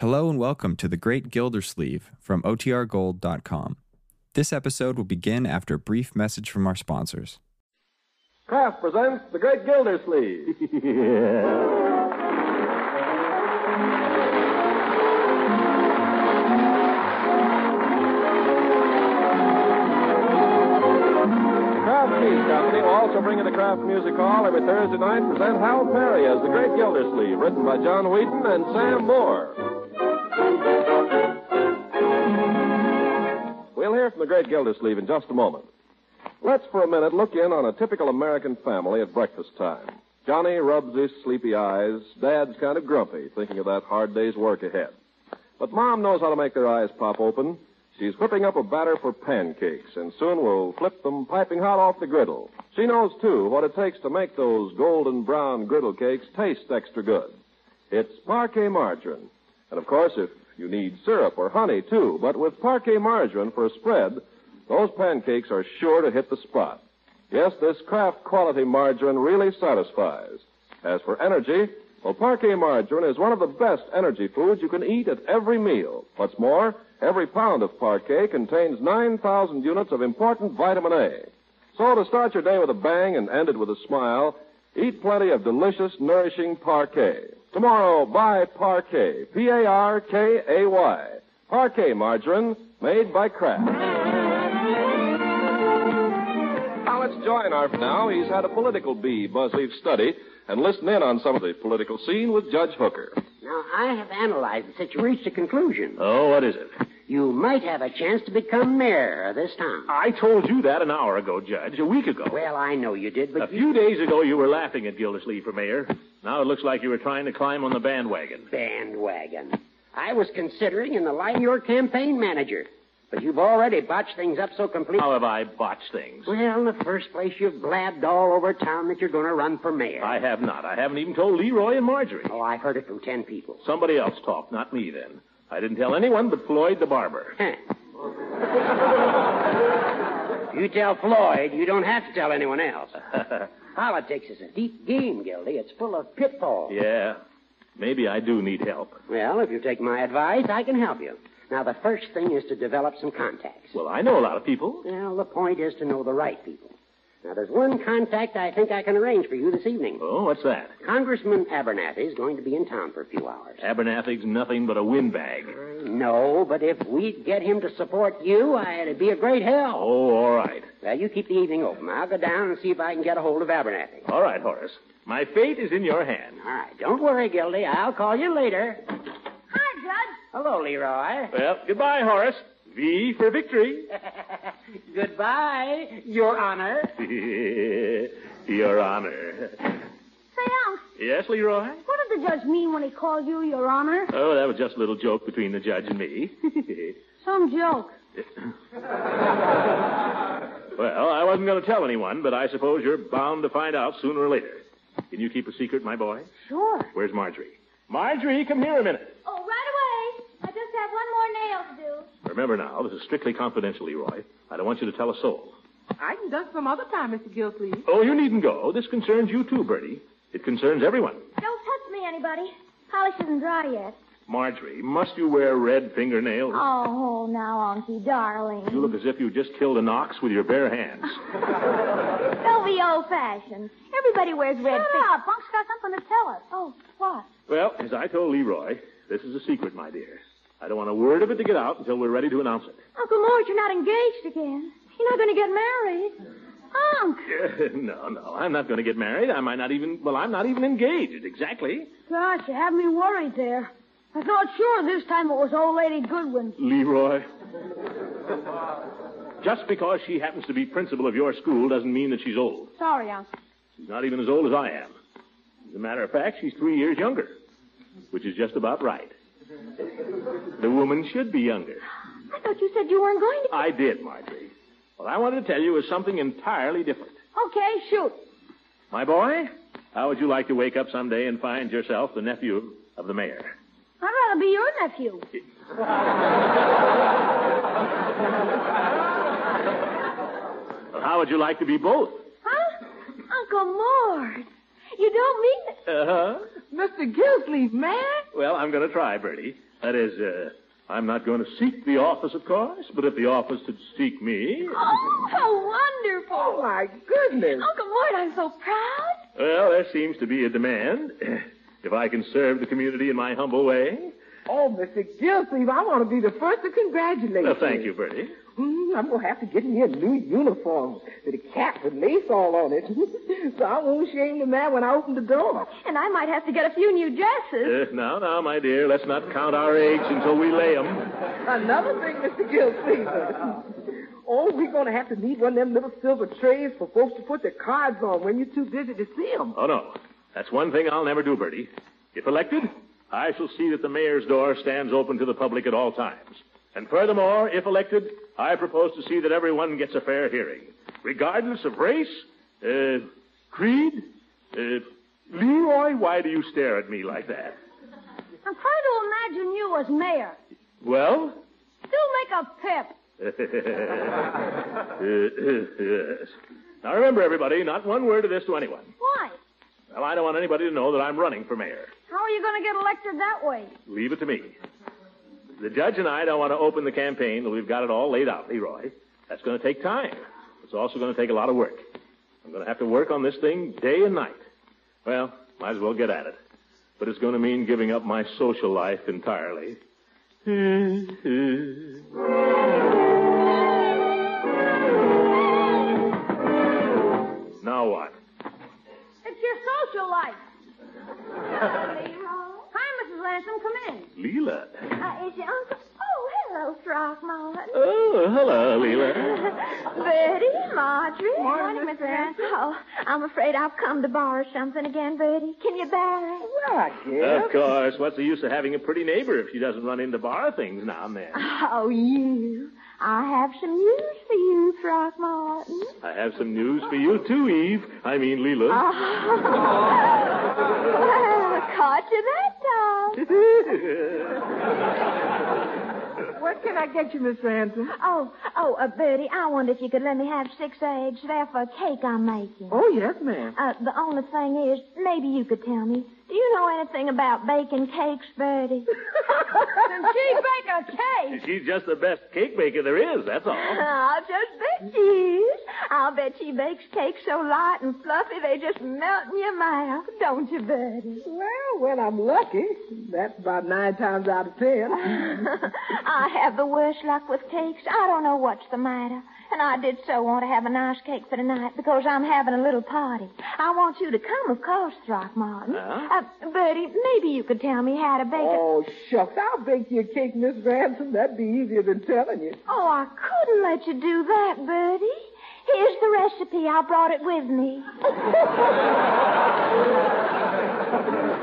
Hello and welcome to The Great Gildersleeve from OTRGold.com. This episode will begin after a brief message from our sponsors. Kraft presents The Great Gildersleeve. The Kraft Cheese Company will also bring you the Kraft Music Hall every Thursday night. Present Hal Perry as The Great Gildersleeve, written by John Wheaton and Sam Moore. We'll hear from The Great Gildersleeve in just a moment. Let's for a minute look in on a typical American family at breakfast time. Johnny rubs his sleepy eyes. Dad's kind of grumpy, thinking of that hard day's work ahead. But Mom knows how to make their eyes pop open. She's whipping up a batter for pancakes, and soon will flip them piping hot off the griddle. She knows, too, what it takes to make those golden brown griddle cakes taste extra good. It's parquet margarine. And of course, if you need syrup or honey, too, but with parquet margarine for a spread, those pancakes are sure to hit the spot. Yes, this Kraft quality margarine really satisfies. As for energy, well, parquet margarine is one of the best energy foods you can eat at every meal. What's more, every pound of parquet contains 9,000 units of important vitamin A. So to start your day with a bang and end it with a smile, eat plenty of delicious, nourishing parquet. Tomorrow, buy parquet. P-A-R-K-A-Y. Parquet margarine made by Kraft. Now let's join our now. He's had a political bee Buzzleaf study and listen in on some of the political scene with Judge Hooker. Now, I have analyzed it since you reached a conclusion. Oh, what is it? You might have a chance to become mayor of this town. I told you that an hour ago, Judge, a week ago. Uh, Well, I know you did, a but you... few days ago, you were laughing at Gildersleeve for mayor. Now it looks like you were trying to climb on the bandwagon. Bandwagon. I was considering in the light of your campaign manager, but you've already botched things up so completely. How have I botched things? Well, in the first place, you've blabbed all over town that you're going to run for mayor. I have not. I haven't even told Leroy and Marjorie. Oh, I heard it from ten people. Somebody else talked, not me then. I didn't tell anyone but Floyd the barber. Huh. you tell Floyd, you don't have to tell anyone else. Politics is a deep game, Gildy. It's full of pitfalls. yeah. Maybe I do need help. Well, if you take my advice, I can help you. Now, the first thing is to develop some contacts. Well, I know a lot of people. Well, the point is to know the right people. Now, there's one contact I think I can arrange for you this evening. Oh, what's that? Congressman Abernathy is going to be in town for a few hours. Abernathy's nothing but a windbag. No, but if we'd get him to support you, I, it'd be a great help. Oh, all right. Well, you keep the evening open. I'll go down and see if I can get a hold of Abernathy. All right, Horace. My fate is in your hand. All right, don't worry, Gildy. I'll call you later. Hi, Judge. Hello, Leroy. Well, goodbye, Horace. V for victory. Goodbye, Your Honor. Your Honor. Say, Unc, Yes, Leroy? what did the judge mean when he called you Your Honor? Oh, that was just a little joke between the judge and me. Some joke. well, I wasn't going to tell anyone, but I suppose you're bound to find out sooner or later. Can you keep a secret, my boy? Sure. Where's Marjorie? Marjorie, come here a minute. Oh, right away. I just have one more nail to do. Remember now, this is strictly confidential, Leroy. I don't want you to tell a soul. I can duck some other time, Mr. Gilsleeve. Oh, you needn't go. This concerns you too, Bertie. It concerns everyone. Don't touch me, anybody. Polish isn't dry yet. Marjorie, must you wear red fingernails? Oh, now, Unky, darling. You look as if you just killed an ox with your bare hands. Don't be old-fashioned. Everybody wears red. Shut up. Punk's got something to tell us. Oh, what? Well, as I told Leroy, this is a secret, my dear. I don't want a word of it to get out until we're ready to announce Uncle Mort, you're not engaged again. You're not going to get married. Unc. it. no, no, I'm not going to get married. I might not even, well, I'm not even engaged, exactly. Gosh, you have me worried there. I thought sure this time it was old lady Goodwin. Leroy. Just because she happens to be principal of your school doesn't mean that she's old. Sorry, Unc. She's not even as old as I am. As a matter of fact, she's three years younger, which is just about right. The woman should be younger. I thought you said you weren't going to. I did, Marjorie. What I wanted to tell you is something entirely different. Okay, shoot. My boy, how would you like to wake up someday and find yourself the nephew of the mayor? I'd rather Ah, be your nephew. Well, how would you like to be both? Huh? Uncle Mort. You don't mean it. Uh huh. Mr. Gilsleeve, man? Well, I'm going to try, Bertie. That is, uh, I'm not going to seek the office, of course, but if the office should seek me, Oh, how wonderful. Oh, my goodness. Uncle Mort, I'm so proud. well, there seems to be a demand. If I can serve the community in my humble way, Oh, Mr. Gilsleeve, I want to be the first to congratulate well, thank you, Bertie. Mm, I'm going to have to get me a new uniform with a cap with lace all on it. so I won't shame the man when I open the door. And I might have to get a few new dresses. Uh, now, now, my dear, let's not count our eggs until we lay 'em. Another thing, Mr. Gilsleeve. oh, we're going to have to need one of them little silver trays for folks to put their cards on when you're too busy to see 'em. Oh, no. That's one thing I'll never do, Bertie. If elected, I shall see that the mayor's door stands open to the public at all times. And furthermore, if elected, I propose to see that everyone gets a fair hearing, regardless of race, uh, creed. Uh, Leroy, why do you stare at me like that? I'm trying to imagine you as mayor. Well, Still make a pip. uh, yes. Now remember, everybody, not one word of this to anyone. Why? Well, I don't want anybody to know that I'm running for mayor. How are you going to get elected that way? Leave it to me. The judge and I don't want to open the campaign till we've got it all laid out, Leroy. That's going to take time. It's also going to take a lot of work. I'm going to have to work on this thing day and night. Well, might as well get at it. But it's going to mean giving up my social life entirely. now what? It's your social life. Hi, Mrs. Ransom. Come in. Leela. Uh, is your uncle? Oh, hello, Throckmorton. Oh, hello, Leela. Bertie, Marjorie. Morning, Miss Ransom. Oh, I'm afraid I've come to borrow something again, Bertie. Can you borrow it? Well, I guess. Of course. What's the use of having a pretty neighbor if she doesn't run into bar things now and then? Oh, you. I have some news for you, Throckmorton. I have some news for you too, Eve. I mean, Ah. Leela. Well, caught you that time. What can I get you, Miss Ransom? Oh, oh, uh, Bertie, I wonder if you could let me have six eggs there for a cake I'm making. Oh, yes, ma'am. Uh, the only thing is, maybe you could tell me. Do you know anything about baking cakes, Bertie? Can she bake a cake? She's just the best cake baker there is, that's all. I'll just bet she is. I'll bet she bakes cakes so light and fluffy they just melt in your mouth, don't you, Bertie? Well, when I'm lucky, that's about nine times out of ten. I have the worst luck with cakes. I don't know what's the matter. And I did so want to have a nice cake for tonight because I'm having a little party. I want you to come, of course, Throckmorton. Huh? Uh, Bertie, maybe you could tell me how to bake a... Oh, shucks. I'll bake you a cake, Miss Ransom. That'd be easier than telling you. Oh, I couldn't let you do that, Bertie. Here's the recipe. I brought it with me.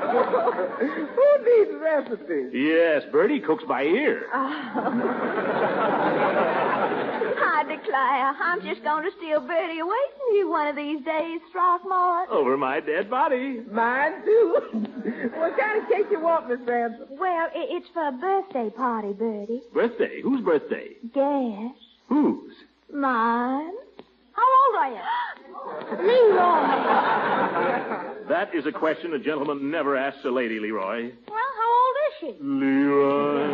Who needs recipes? Yes, Bertie cooks by ear. I declare, I'm just going to steal Bertie away from you one of these days, Throckmorton. Over my dead body. Mine, too. what kind of cake you want, Miss Ransom? Well, i- it's for a birthday party, Bertie. Birthday. Whose birthday? Guess. Whose? Mine. How old are you? Leroy. That is a question a gentleman never asks a lady, Leroy. Well, how old is she? Leroy.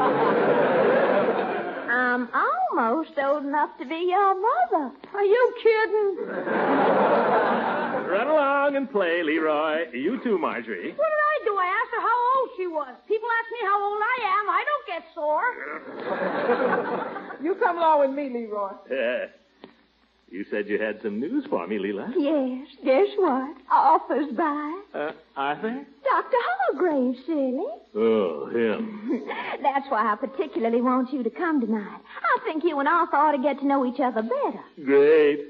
I'm almost old enough to be your mother. Are you kidding? Run along and play, Leroy. You too, Marjorie. What did I do? I asked her how old she was. People ask me how old I am. I don't get sore. You come along with me, Leroy. Uh, you said you had some news for me, Leela. Yes, guess what? Offers by Uh, Arthur? Dr. Hargrave, silly. Oh, him. That's why I particularly want you to come tonight. I think you and Arthur ought to get to know each other better. Great.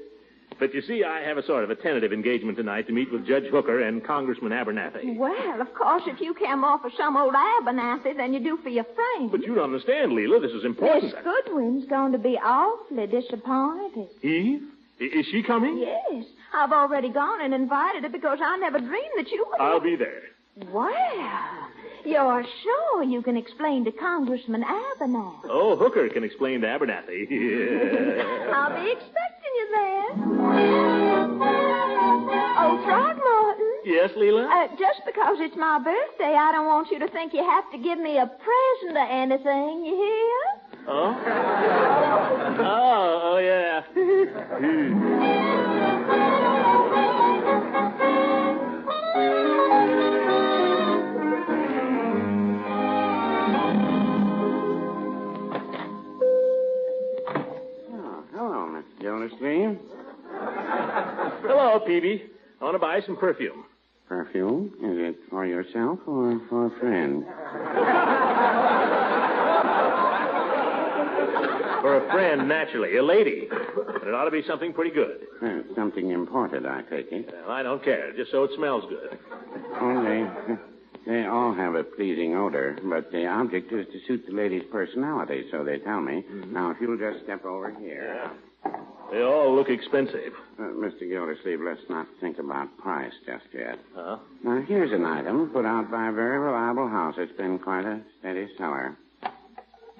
But you see, I have a sort of a tentative engagement tonight to meet with Judge Hooker and Congressman Abernathy. Well, of course, if you come off for some old Abernathy than you do for your friend. But you don't understand, Leela. This is Miss important. Goodwin's going to be awfully disappointed. Eve? I- is she coming? Yes, I've already gone and invited her because I never dreamed that you would. I'll be there. Well, you're sure you can explain to Congressman Abernathy. Oh, Hooker can explain to Abernathy. Yeah. I'll be expecting you there. Oh, Throckmorton, Yes, Leela? Uh, just because it's my birthday, I don't want you to think you have to give me a present or anything, you hear? Oh? oh, oh, yeah. Oh, hello, Miss Gildersleeve. Hello, Peavy. I want to buy some perfume. Perfume? Is it for yourself or for a friend? For a friend, naturally, a lady. But it ought to be something pretty good. Uh, something imported, I take it. Well, I don't care, just so it smells good. Only they all have a pleasing odor, but the object is to suit the lady's personality, so they tell me. Now, if you'll just step over here. They all look expensive. Uh, Mr. Gildersleeve, let's not think about price just yet. Huh? Now, here's an item put out by a very reliable house. It's been quite a steady seller.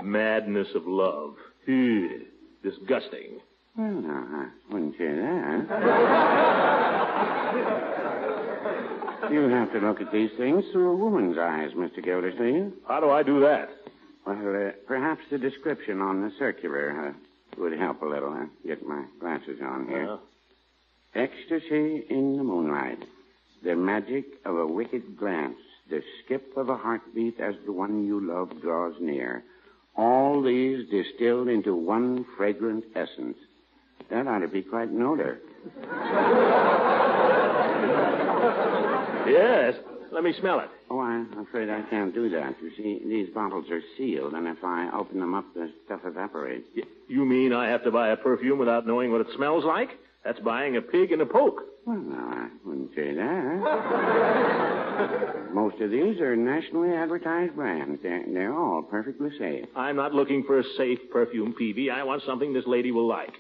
Madness of love. Ew, Disgusting. Well, now, I wouldn't say that. you have to look at these things through a woman's eyes, Mr. Gildersleeve. How do I do that? Well, uh, perhaps the description on the circular uh, would help a little. I'll get my glasses on here. Uh-huh. Ecstasy in the moonlight. The magic of a wicked glance. The skip of a heartbeat as the one you love draws near. All these distilled into one fragrant essence. That ought to be quite an odor. Yes. Let me smell it. Oh, I'm afraid I can't do that. You see, these bottles are sealed, and if I open them up, the stuff evaporates. Y- You mean I have to buy a perfume without knowing what it smells like? That's buying a pig in a poke. Well, no, I wouldn't say that. Most of these are nationally advertised brands. They're, they're all perfectly safe. I'm not looking for a safe perfume, Peavy. I want something this lady will like.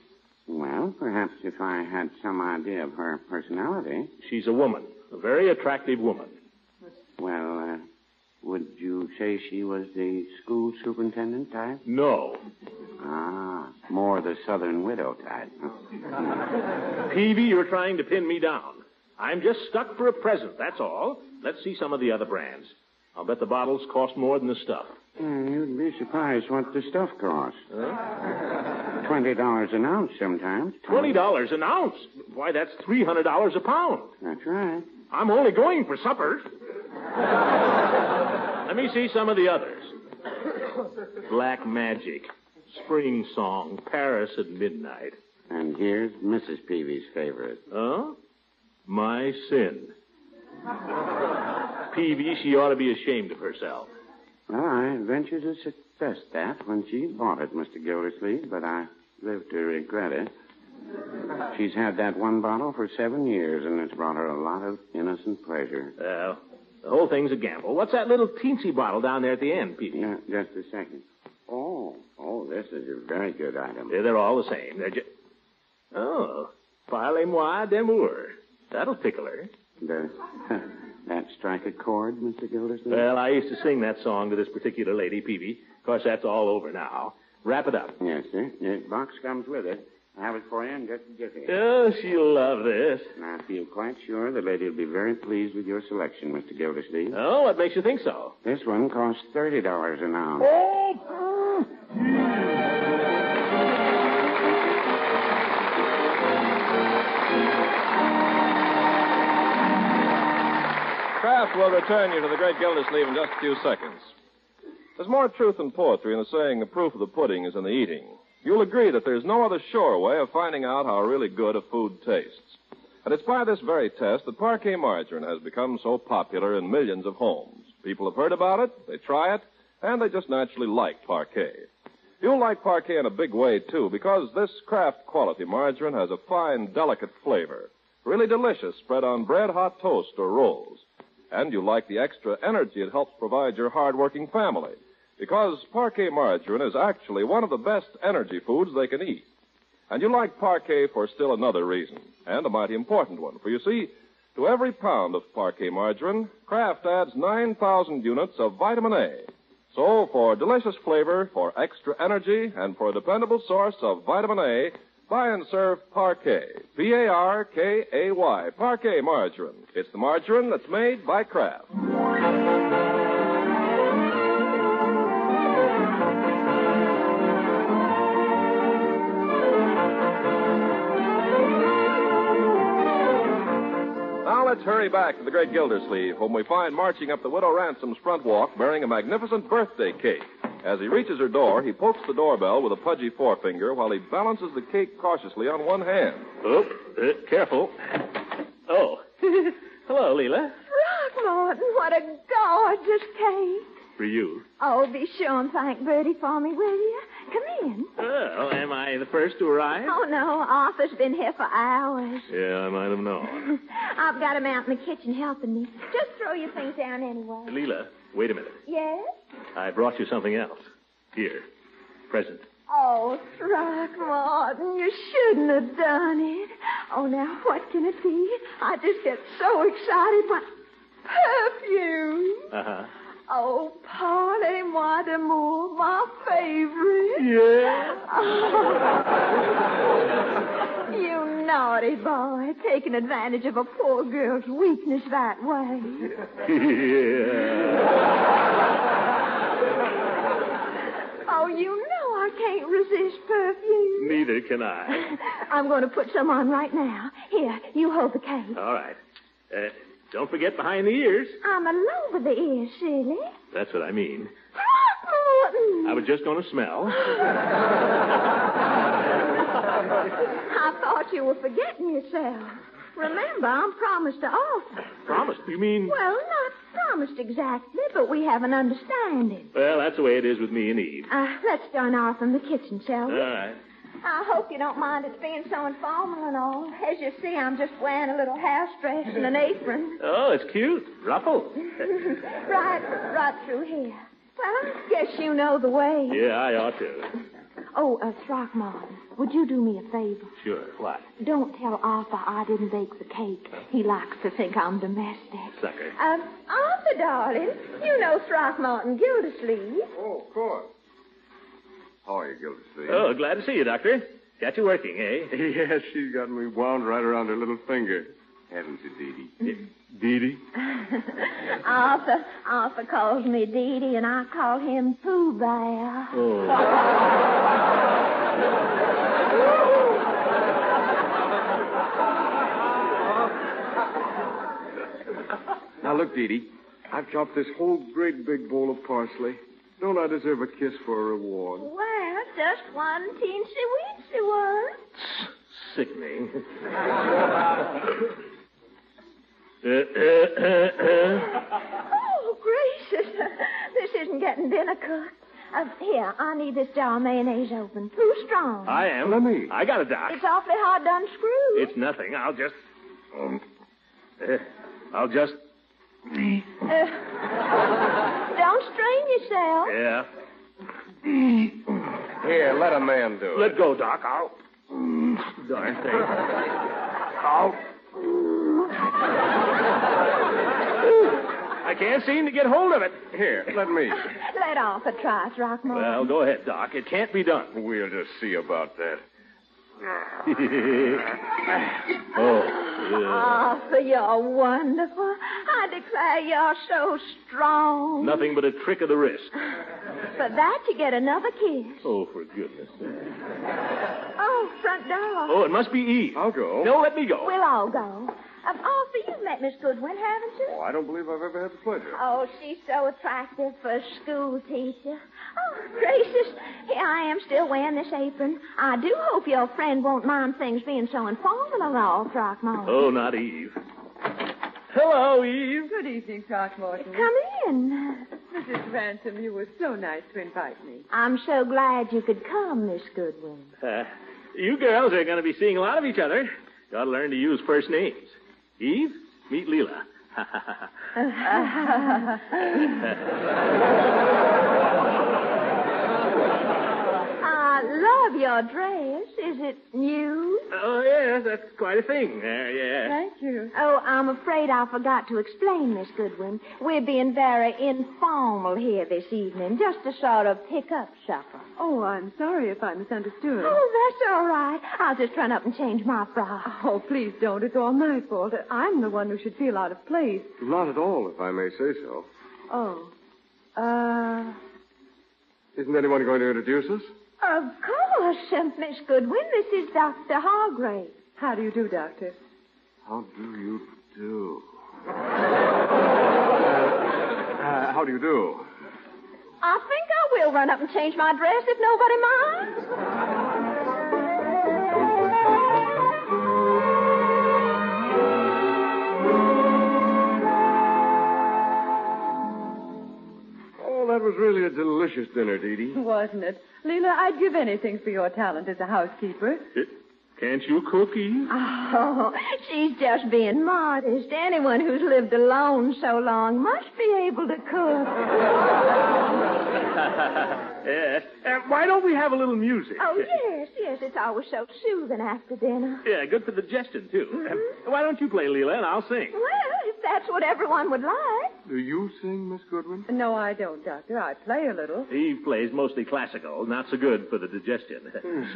Well, perhaps if I had some idea of her personality, She's a woman, a very attractive woman. well, uh, would you say she was the school superintendent type? No. Ah, more the southern widow type. huh? Peavy, you're trying to pin me down. I'm just stuck for a present, that's all. Let's see some of the other brands. I'll bet the bottles cost more than the stuff. Yeah, you'd be surprised what the stuff costs. Twenty dollars an ounce sometimes. Twenty dollars an ounce? Why, that's three hundred dollars a pound. That's right. I'm only going for supper. Let me see some of the others. Black Magic, Spring Song, Paris at Midnight. And here's Mrs. Peavy's favorite. Huh? My sin. Peavy, she ought to be ashamed of herself. Well, I venture to suggest that when she bought it, Mr. Gildersleeve, but I live to regret it. She's had that one bottle for seven years, and it's brought her a lot of innocent pleasure. Well, Uh, the whole thing's a gamble. What's that little teensy bottle down there at the end, Peavy? Yeah, just a second. Oh, oh, this is a very good item. Yeah, They're all the same. They're just. Oh, parlez-moi d'amour. That'll tickle her. Does that strike a chord, Mr. Gildersleeve? Well, I used to sing that song to this particular lady, Peavy. Of course, that's all over now. Wrap it up. Yes, sir. The box comes with it. I have it for you in just a jiffy. Oh, she'll love this. And I feel quite sure the lady will be very pleased with your selection, Mr. Gildersleeve. Oh, what makes you think so? This one costs thirty dollars an ounce. Kraft will return you to the great Gildersleeve in just a few seconds. There's more truth in poetry in the saying the proof of the pudding is in the eating. You'll agree that there's no other sure way of finding out how really good a food tastes. And it's by this very test that parquet margarine has become so popular in millions of homes. People have heard about it, they try it, and they just naturally like parquet. You'll like parquet in a big way, too, because this Kraft quality margarine has a fine, delicate flavor. Really delicious spread on bread, hot toast, or rolls. And you like the extra energy it helps provide your hard-working family. Because parquet margarine is actually one of the best energy foods they can eat. And you like parquet for still another reason, and a mighty important one. For you see, to every pound of parquet margarine, Kraft adds 9,000 units of vitamin A. So for delicious flavor, for extra energy, and for a dependable source of vitamin A, Buy and serve parquet. P A R K A Y. Parquet margarine. It's the margarine that's made by Kraft. Now let's hurry back to the great Gildersleeve, whom we find marching up the widow Ransom's front walk bearing a magnificent birthday cake. As he reaches her door, he pokes the doorbell with a pudgy forefinger while he balances the cake cautiously on one hand. Oh, uh, careful. Oh. Hello, Leela. Throckmorton, what a gorgeous cake. For you. Oh, be sure and thank Bertie for me, will you? Come in. Oh, am I the first to arrive? Oh, no, Arthur's been here for hours. Yeah, I might have known. I've got him out in the kitchen helping me. Just throw your things down anyway. Leela, wait a minute. Yes? I brought you something else. Here. Present. Oh, Throckmorton, you shouldn't have done it. Oh, now, what can it be? I just get so excited when... Perfume! Uh-huh. Oh, Parley Moi d'Amour, my favorite. Yeah? You naughty boy, taking advantage of a poor girl's weakness that way. yeah. Oh, you know I can't resist perfume. Neither can I. I'm going to put some on right now. Here, you hold the cake. All right. Uh, don't forget behind the ears. I'm all over the ears, silly. That's what I mean. Throckmorton! I was just going to smell. I thought you were forgetting yourself. Remember, I'm promised to offer. Promise. You mean? Well, not promised exactly, but we have an understanding. Well, that's the way it is with me and Eve. Uh, let's start off from the kitchen, shall All we? right. I hope you don't mind it's being so informal and all. As you see, I'm just wearing a little house dress and an apron. Oh, it's cute. Ruffle. Right, right through here. Well, I guess you know the way. yeah, I ought to. Oh, uh, Throckmorton, would you do me a favor? Sure. What? Don't tell Arthur I didn't bake the cake. He likes to think I'm domestic. Sucker. Um, Arthur, darling, you know Throckmorton Gildersleeve. Oh, of course. How are you, Gildersleeve? Oh, glad to see you, Doctor. Got you working, eh? Yes, she's got me wound right around her little finger. Haven't you, Dee Dee? Dee Dee? Arthur, Arthur calls me Dee Dee, and I call him Pooh Bear. Oh. Now, look, Dee Dee. I've chopped this whole great big bowl of parsley. Don't I deserve a kiss for a reward? Well, just one teensy weensy one. Sickening. uh, uh, uh, uh. Oh, gracious. this isn't getting dinner cooked. Uh, here, I need this jar of mayonnaise open. Too strong. I am. Let me. I got it, Doc. It's awfully hard to unscrew. It's nothing. I'll just. Um, eh, I'll just. Uh, Don't strain yourself. Yeah. Here, let a man do Let go, Doc. I'll. Darn thing. I'll. I can't seem to get hold of it. Here, let me. Let off a try, Throckmorton. Well, go ahead, Doc. It can't be done. We'll just see about that. oh. Arthur, you're wonderful. I declare you're so yeah. strong. Nothing but a trick of the wrist. For that, you get another kiss. Oh, for goodness sake. Oh, front door. Oh, it must be Eve. I'll go. No, let me go. We'll all go. Um, Arthur, you've met Miss Goodwin, haven't you? Oh, I don't believe I've ever had the pleasure. Oh, she's so attractive for a school teacher. Oh, gracious. Here I am still wearing this apron. I do hope your friend won't mind things being so informal and all, Throckmorton. Oh, not Eve. Hello, Eve. Good evening, Oh. Throckmorton. Come in. Mrs. Ransom, you were so nice to invite me. I'm so glad you could come, Miss Goodwin. Uh, you girls are going to be seeing a lot of each other. Got to learn to use first names. Eve, meet Leela. I love your dress. Is it new? Oh, yes, that's quite a thing there, yeah. Thank you. Oh, I'm afraid I forgot to explain, Miss Goodwin. We're being very informal here this evening, just a sort of pick-up supper. Oh, I'm sorry if I misunderstood. Oh, that's all right. I'll just run up and change my frock. Oh, please don't. It's all my fault. I'm the one who should feel out of place. Not at all, if I may say so. Oh. Uh, Isn't anyone going to introduce us? Of course, uh, Miss Goodwin, this is Dr. Hargrave. how do you do, Doctor? How do you do? Uh, how do you do? I think I will run up and change my dress if nobody minds. Oh, that was really a delicious dinner, Dee Dee. Wasn't it? Leela, I'd give anything for your talent as a housekeeper. Can't you cook, Eve? Oh, she's just being modest. Anyone who's lived alone so long must be able to cook. Yes. Uh, why don't we have a little music? Oh, yes, yes, it's always so soothing after dinner. Yeah, good for digestion, too. Uh, why don't you play, Leela, and I'll sing? Well, if that's what everyone would like. Do you sing, Miss Goodwin? No, I don't, Doctor. I play a little. Eve plays mostly classical, not so good for the digestion.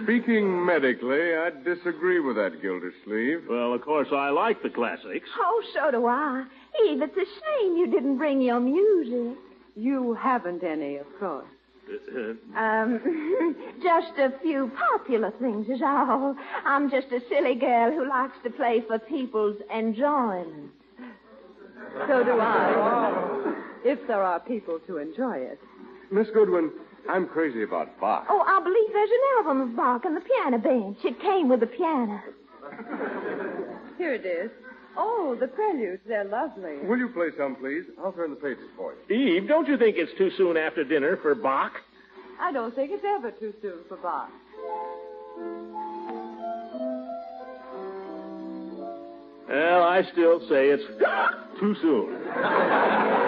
Speaking medically, I disagree with that, Gildersleeve. well, of course, I like the classics. Oh, so do I. Eve, it's a shame you didn't bring your music. You haven't any, of course. Uh, uh, Um, just a few popular things is all. I'm just a silly girl who likes to play for people's enjoyment. So do I. if there are people to enjoy it. Miss Goodwin, I'm crazy about Bach. Oh, I believe there's an album of Bach on the piano bench. It came with the piano. Here it is. Oh, the preludes. They're lovely. Will you play some, please? I'll turn the pages for you. Eve, don't you think it's too soon after dinner for Bach? I don't think it's ever too soon for Bach. Well, I still say it's too soon.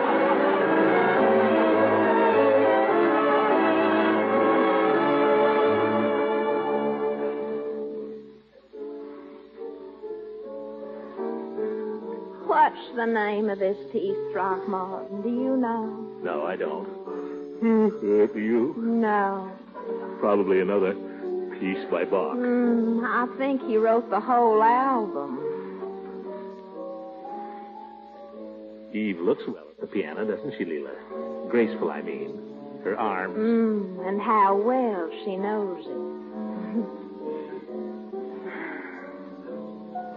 What's the name of this piece, Throckmorton? Do you know? No, I don't. Uh, you? No. Probably another piece by Bach. Mm, I think he wrote the whole album. Eve looks well at the piano, doesn't she, Leela? Graceful, I mean. Her arms. Mm, and how well she knows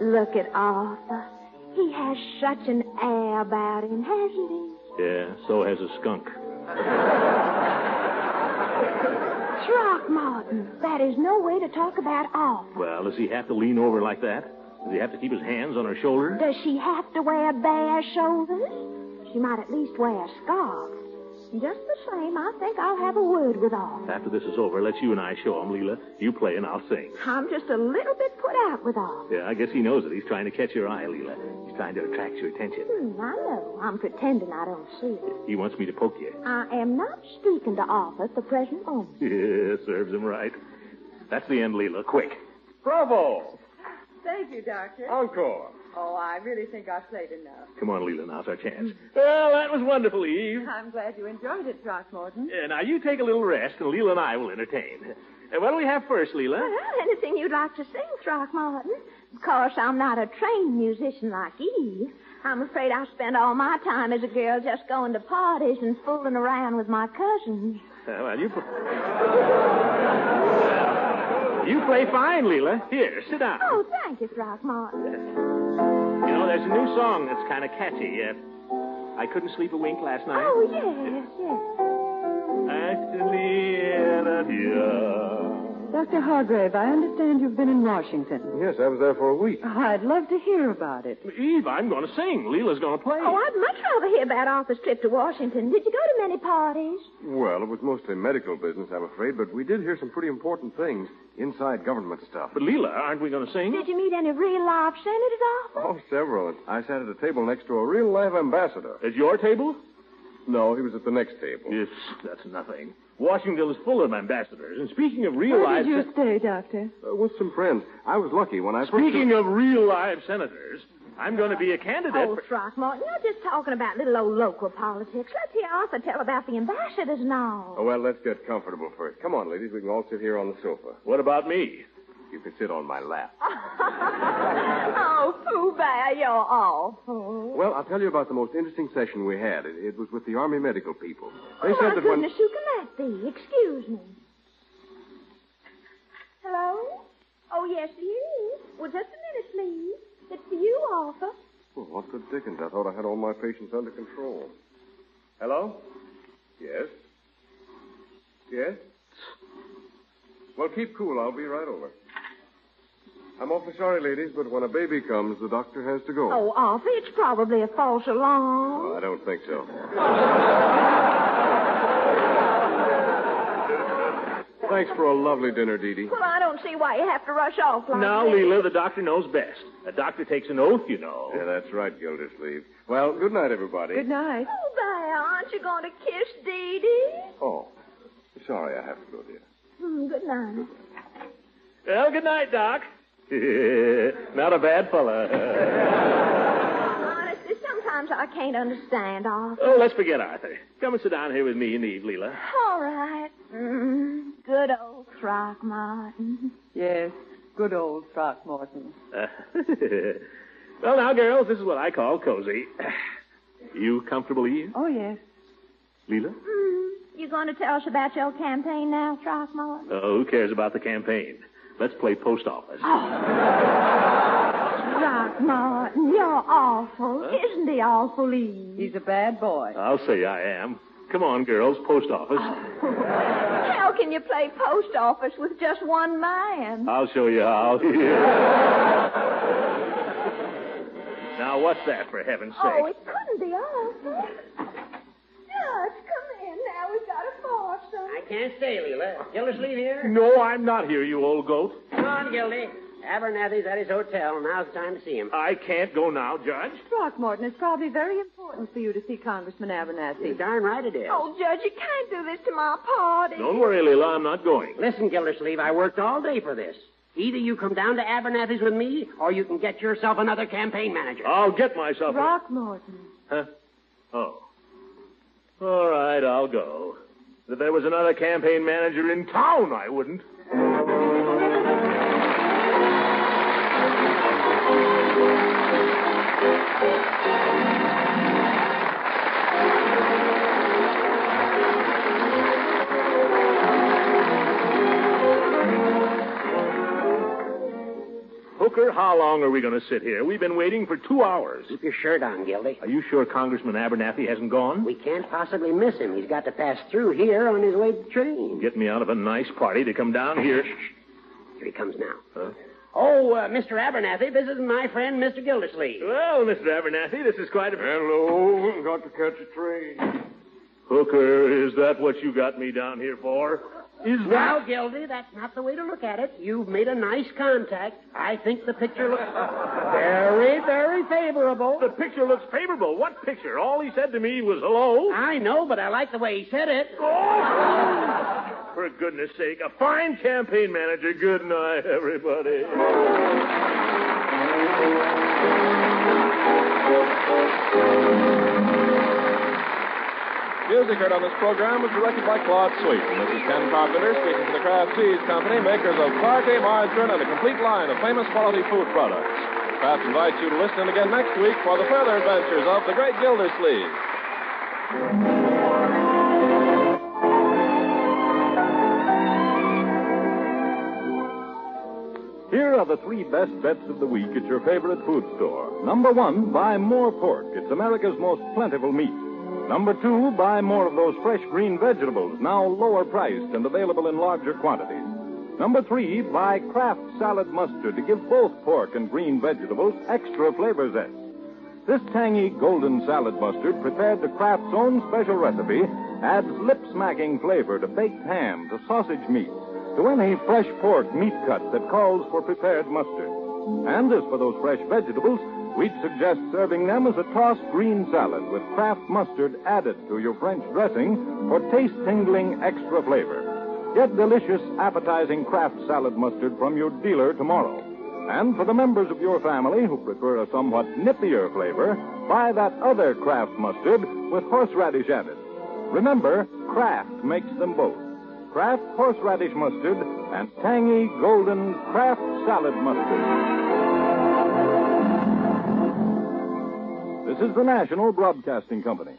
it. Look at Arthur. He has such an air about him, hasn't he? Yeah, so has a skunk. Throckmorton, that is no way to talk about Arthur. Well, does he have to lean over like that? Does he have to keep his hands on her shoulder? Does she have to wear bare shoulders? She might at least wear a scarf. Just the same, I think I'll have a word with Arthur. After this is over, let's you and I show him, Leela. You play and I'll sing. I'm just a little bit put out with all. Yeah, I guess he knows that he's trying to catch your eye, Leela. He's trying to attract your attention. Hmm, I know. I'm pretending I don't see it. He wants me to poke you. I am not speaking to Arthur at the present moment. Yeah, serves him right. That's the end, Leela. Quick. Bravo! Thank you, Doctor. Encore. Oh, I really think I've played enough. Come on, Leela, now's our chance. Well, that was wonderful, Eve. I'm glad you enjoyed it, Throckmorton. Yeah, Uh, now you take a little rest, and Leela and I will entertain. Uh, what do we have first, Leela? Uh-huh. Well, anything you'd like to sing, Throckmorton. Of course, I'm not a trained musician like Eve. I'm afraid I spend all my time as a girl just going to parties and fooling around with my cousins. Uh, well, you. you play fine, Leela. Here, sit down. Oh, thank you, Throckmorton. You know, there's a new song that's kind of catchy. Uh, I couldn't sleep a wink last night. Oh, yes, yes. Actually, uh, yeah. Dr. Hargrave, I understand you've been in Washington. Yes, I was there for a week. Oh, I'd love to hear about it. Eve, I'm going to sing. Leela's going to play. Oh, I'd much rather hear about Arthur's trip to Washington. Did you go to many parties? Well, it was mostly medical business, I'm afraid, but we did hear some pretty important things inside government stuff. But Leela, aren't we going to sing? Did you meet any real live senators, Arthur? Oh, several. I sat at a table next to a real live ambassador. At your table? No, he was at the next table. Yes, that's nothing. Washington is full of ambassadors. And speaking of real Where live... did you stay, Doctor? Uh, with some friends. I was lucky when I first. Speaking of real live senators, I'm going to be a candidate Oh, for... Throckmorton, you're just talking about little old local politics. Let's hear Arthur tell about the ambassadors and all. Oh, well, let's get comfortable first. Come on, ladies. We can all sit here on the sofa. What about me? You can sit on my lap. Oh, Pooh Bear, you're awful. Well, I'll tell you about the most interesting session we had. It, it was with the Army medical people. They oh, said my that when. goodness, who can that be? Excuse me. Hello? Oh, yes, it is. Well, just a minute, please. It's for you, Arthur. Oh, what the dickens? I thought I had all my patients under control. Hello? Yes? Yes? Well, keep cool. I'll be right over. I'm awfully sorry, ladies, but when a baby comes, the doctor has to go. Oh, Arthur, it's probably a false alarm. Oh, I don't think so. Thanks for a lovely dinner, Dee Dee. Well, I don't see why you have to rush off like Now, that. Leela, the doctor knows best. A doctor takes an oath, you know. Yeah, that's right, Gildersleeve. Well, good night, everybody. Good night. Pooh Bear, Oh, aren't you going to kiss Dee Dee? Oh, sorry I have to go, dear. Hmm, good night. Well, good night, Doc. Not a bad fella. Honestly, sometimes I can't understand Arthur. oh, let's forget Arthur. Come and sit down here with me and Eve, Leela. All right. Mm, good old Throckmorton. Yes, good old Throckmorton. Uh, well, now, girls, this is what I call cozy. You comfortable, Eve? Oh, yes. Leela? Mm, you going to tell us about your campaign now, Throckmorton? Oh, who cares about the campaign? Let's play post office. Throckmorton, you're awful. Isn't he awful, Eve? He's a bad boy. I'll say I am. Come on, girls, post office. How can you play post office with just one man? I'll show you how. now, what's that, for heaven's sake? Oh, it couldn't be Arthur. Judge, come in. Now we've got a foursome. I can't stay, Leela. Gildersleeve here? No, I'm not here, you old goat. Come on, Gildy. Abernathy's at his hotel. Now's the time to see him. I can't go now, Judge. Throckmorton, it's probably very important for you to see Congressman Abernathy. You're darn right it is. Oh, Judge, you can't do this to my party. Don't worry, Leela, I'm not going. Listen, Gildersleeve, I worked all day for this. Either you come down to Abernathy's with me, or you can get yourself another campaign manager. I'll get myself. a- Throckmorton. Huh? Oh. All right, I'll go. If there was another campaign manager in town, I wouldn't. Hooker, how long are we going to sit here? We've been waiting for two hours. Keep your shirt on, Gildy. Are you sure Congressman Abernathy hasn't gone? We can't possibly miss him. He's got to pass through here on his way to the train. Get me out of a nice party to come down here. Here he comes now. Huh? Oh, uh, Mr. Abernathy, this is my friend, Mr. Gildersleeve. Well, Mr. Abernathy, this is quite a. Hello. Got to catch a train. Hooker, is that what you got me down here for? Is that. Well, Gildy, that's not the way to look at it. You've made a nice contact. I think the picture looks very, very favorable. The picture looks favorable. What picture? All he said to me was hello. I know, but I like the way he said it. Oh! For goodness sake, a fine campaign manager. Good night, everybody. Music heard on this program was directed by Claude Sweet. And this is Ken Carpenter speaking for the Kraft Cheese Company, makers of parquet margarine and a complete line of famous quality food products. Kraft invites you to listen in again next week for the further adventures of the Great Gildersleeve. Here are the three best bets of the week at your favorite food store. Number one, buy more pork. It's America's most plentiful meat. Number two, buy more of those fresh green vegetables, now lower priced and available in larger quantities. Number three, buy Kraft salad mustard to give both pork and green vegetables extra flavor zest. This tangy golden salad mustard, prepared to Kraft's own special recipe, adds lip smacking flavor to baked ham, to sausage meat, to any fresh pork meat cut that calls for prepared mustard. And as for those fresh vegetables, we'd suggest serving them as a tossed green salad with Kraft mustard added to your French dressing for taste tingling extra flavor. Get delicious, appetizing Kraft salad mustard from your dealer tomorrow. And for the members of your family who prefer a somewhat nippier flavor, buy that other Kraft mustard with horseradish added. Remember, Kraft makes them both. Kraft horseradish mustard and tangy golden Kraft salad mustard. This is the National Broadcasting Company.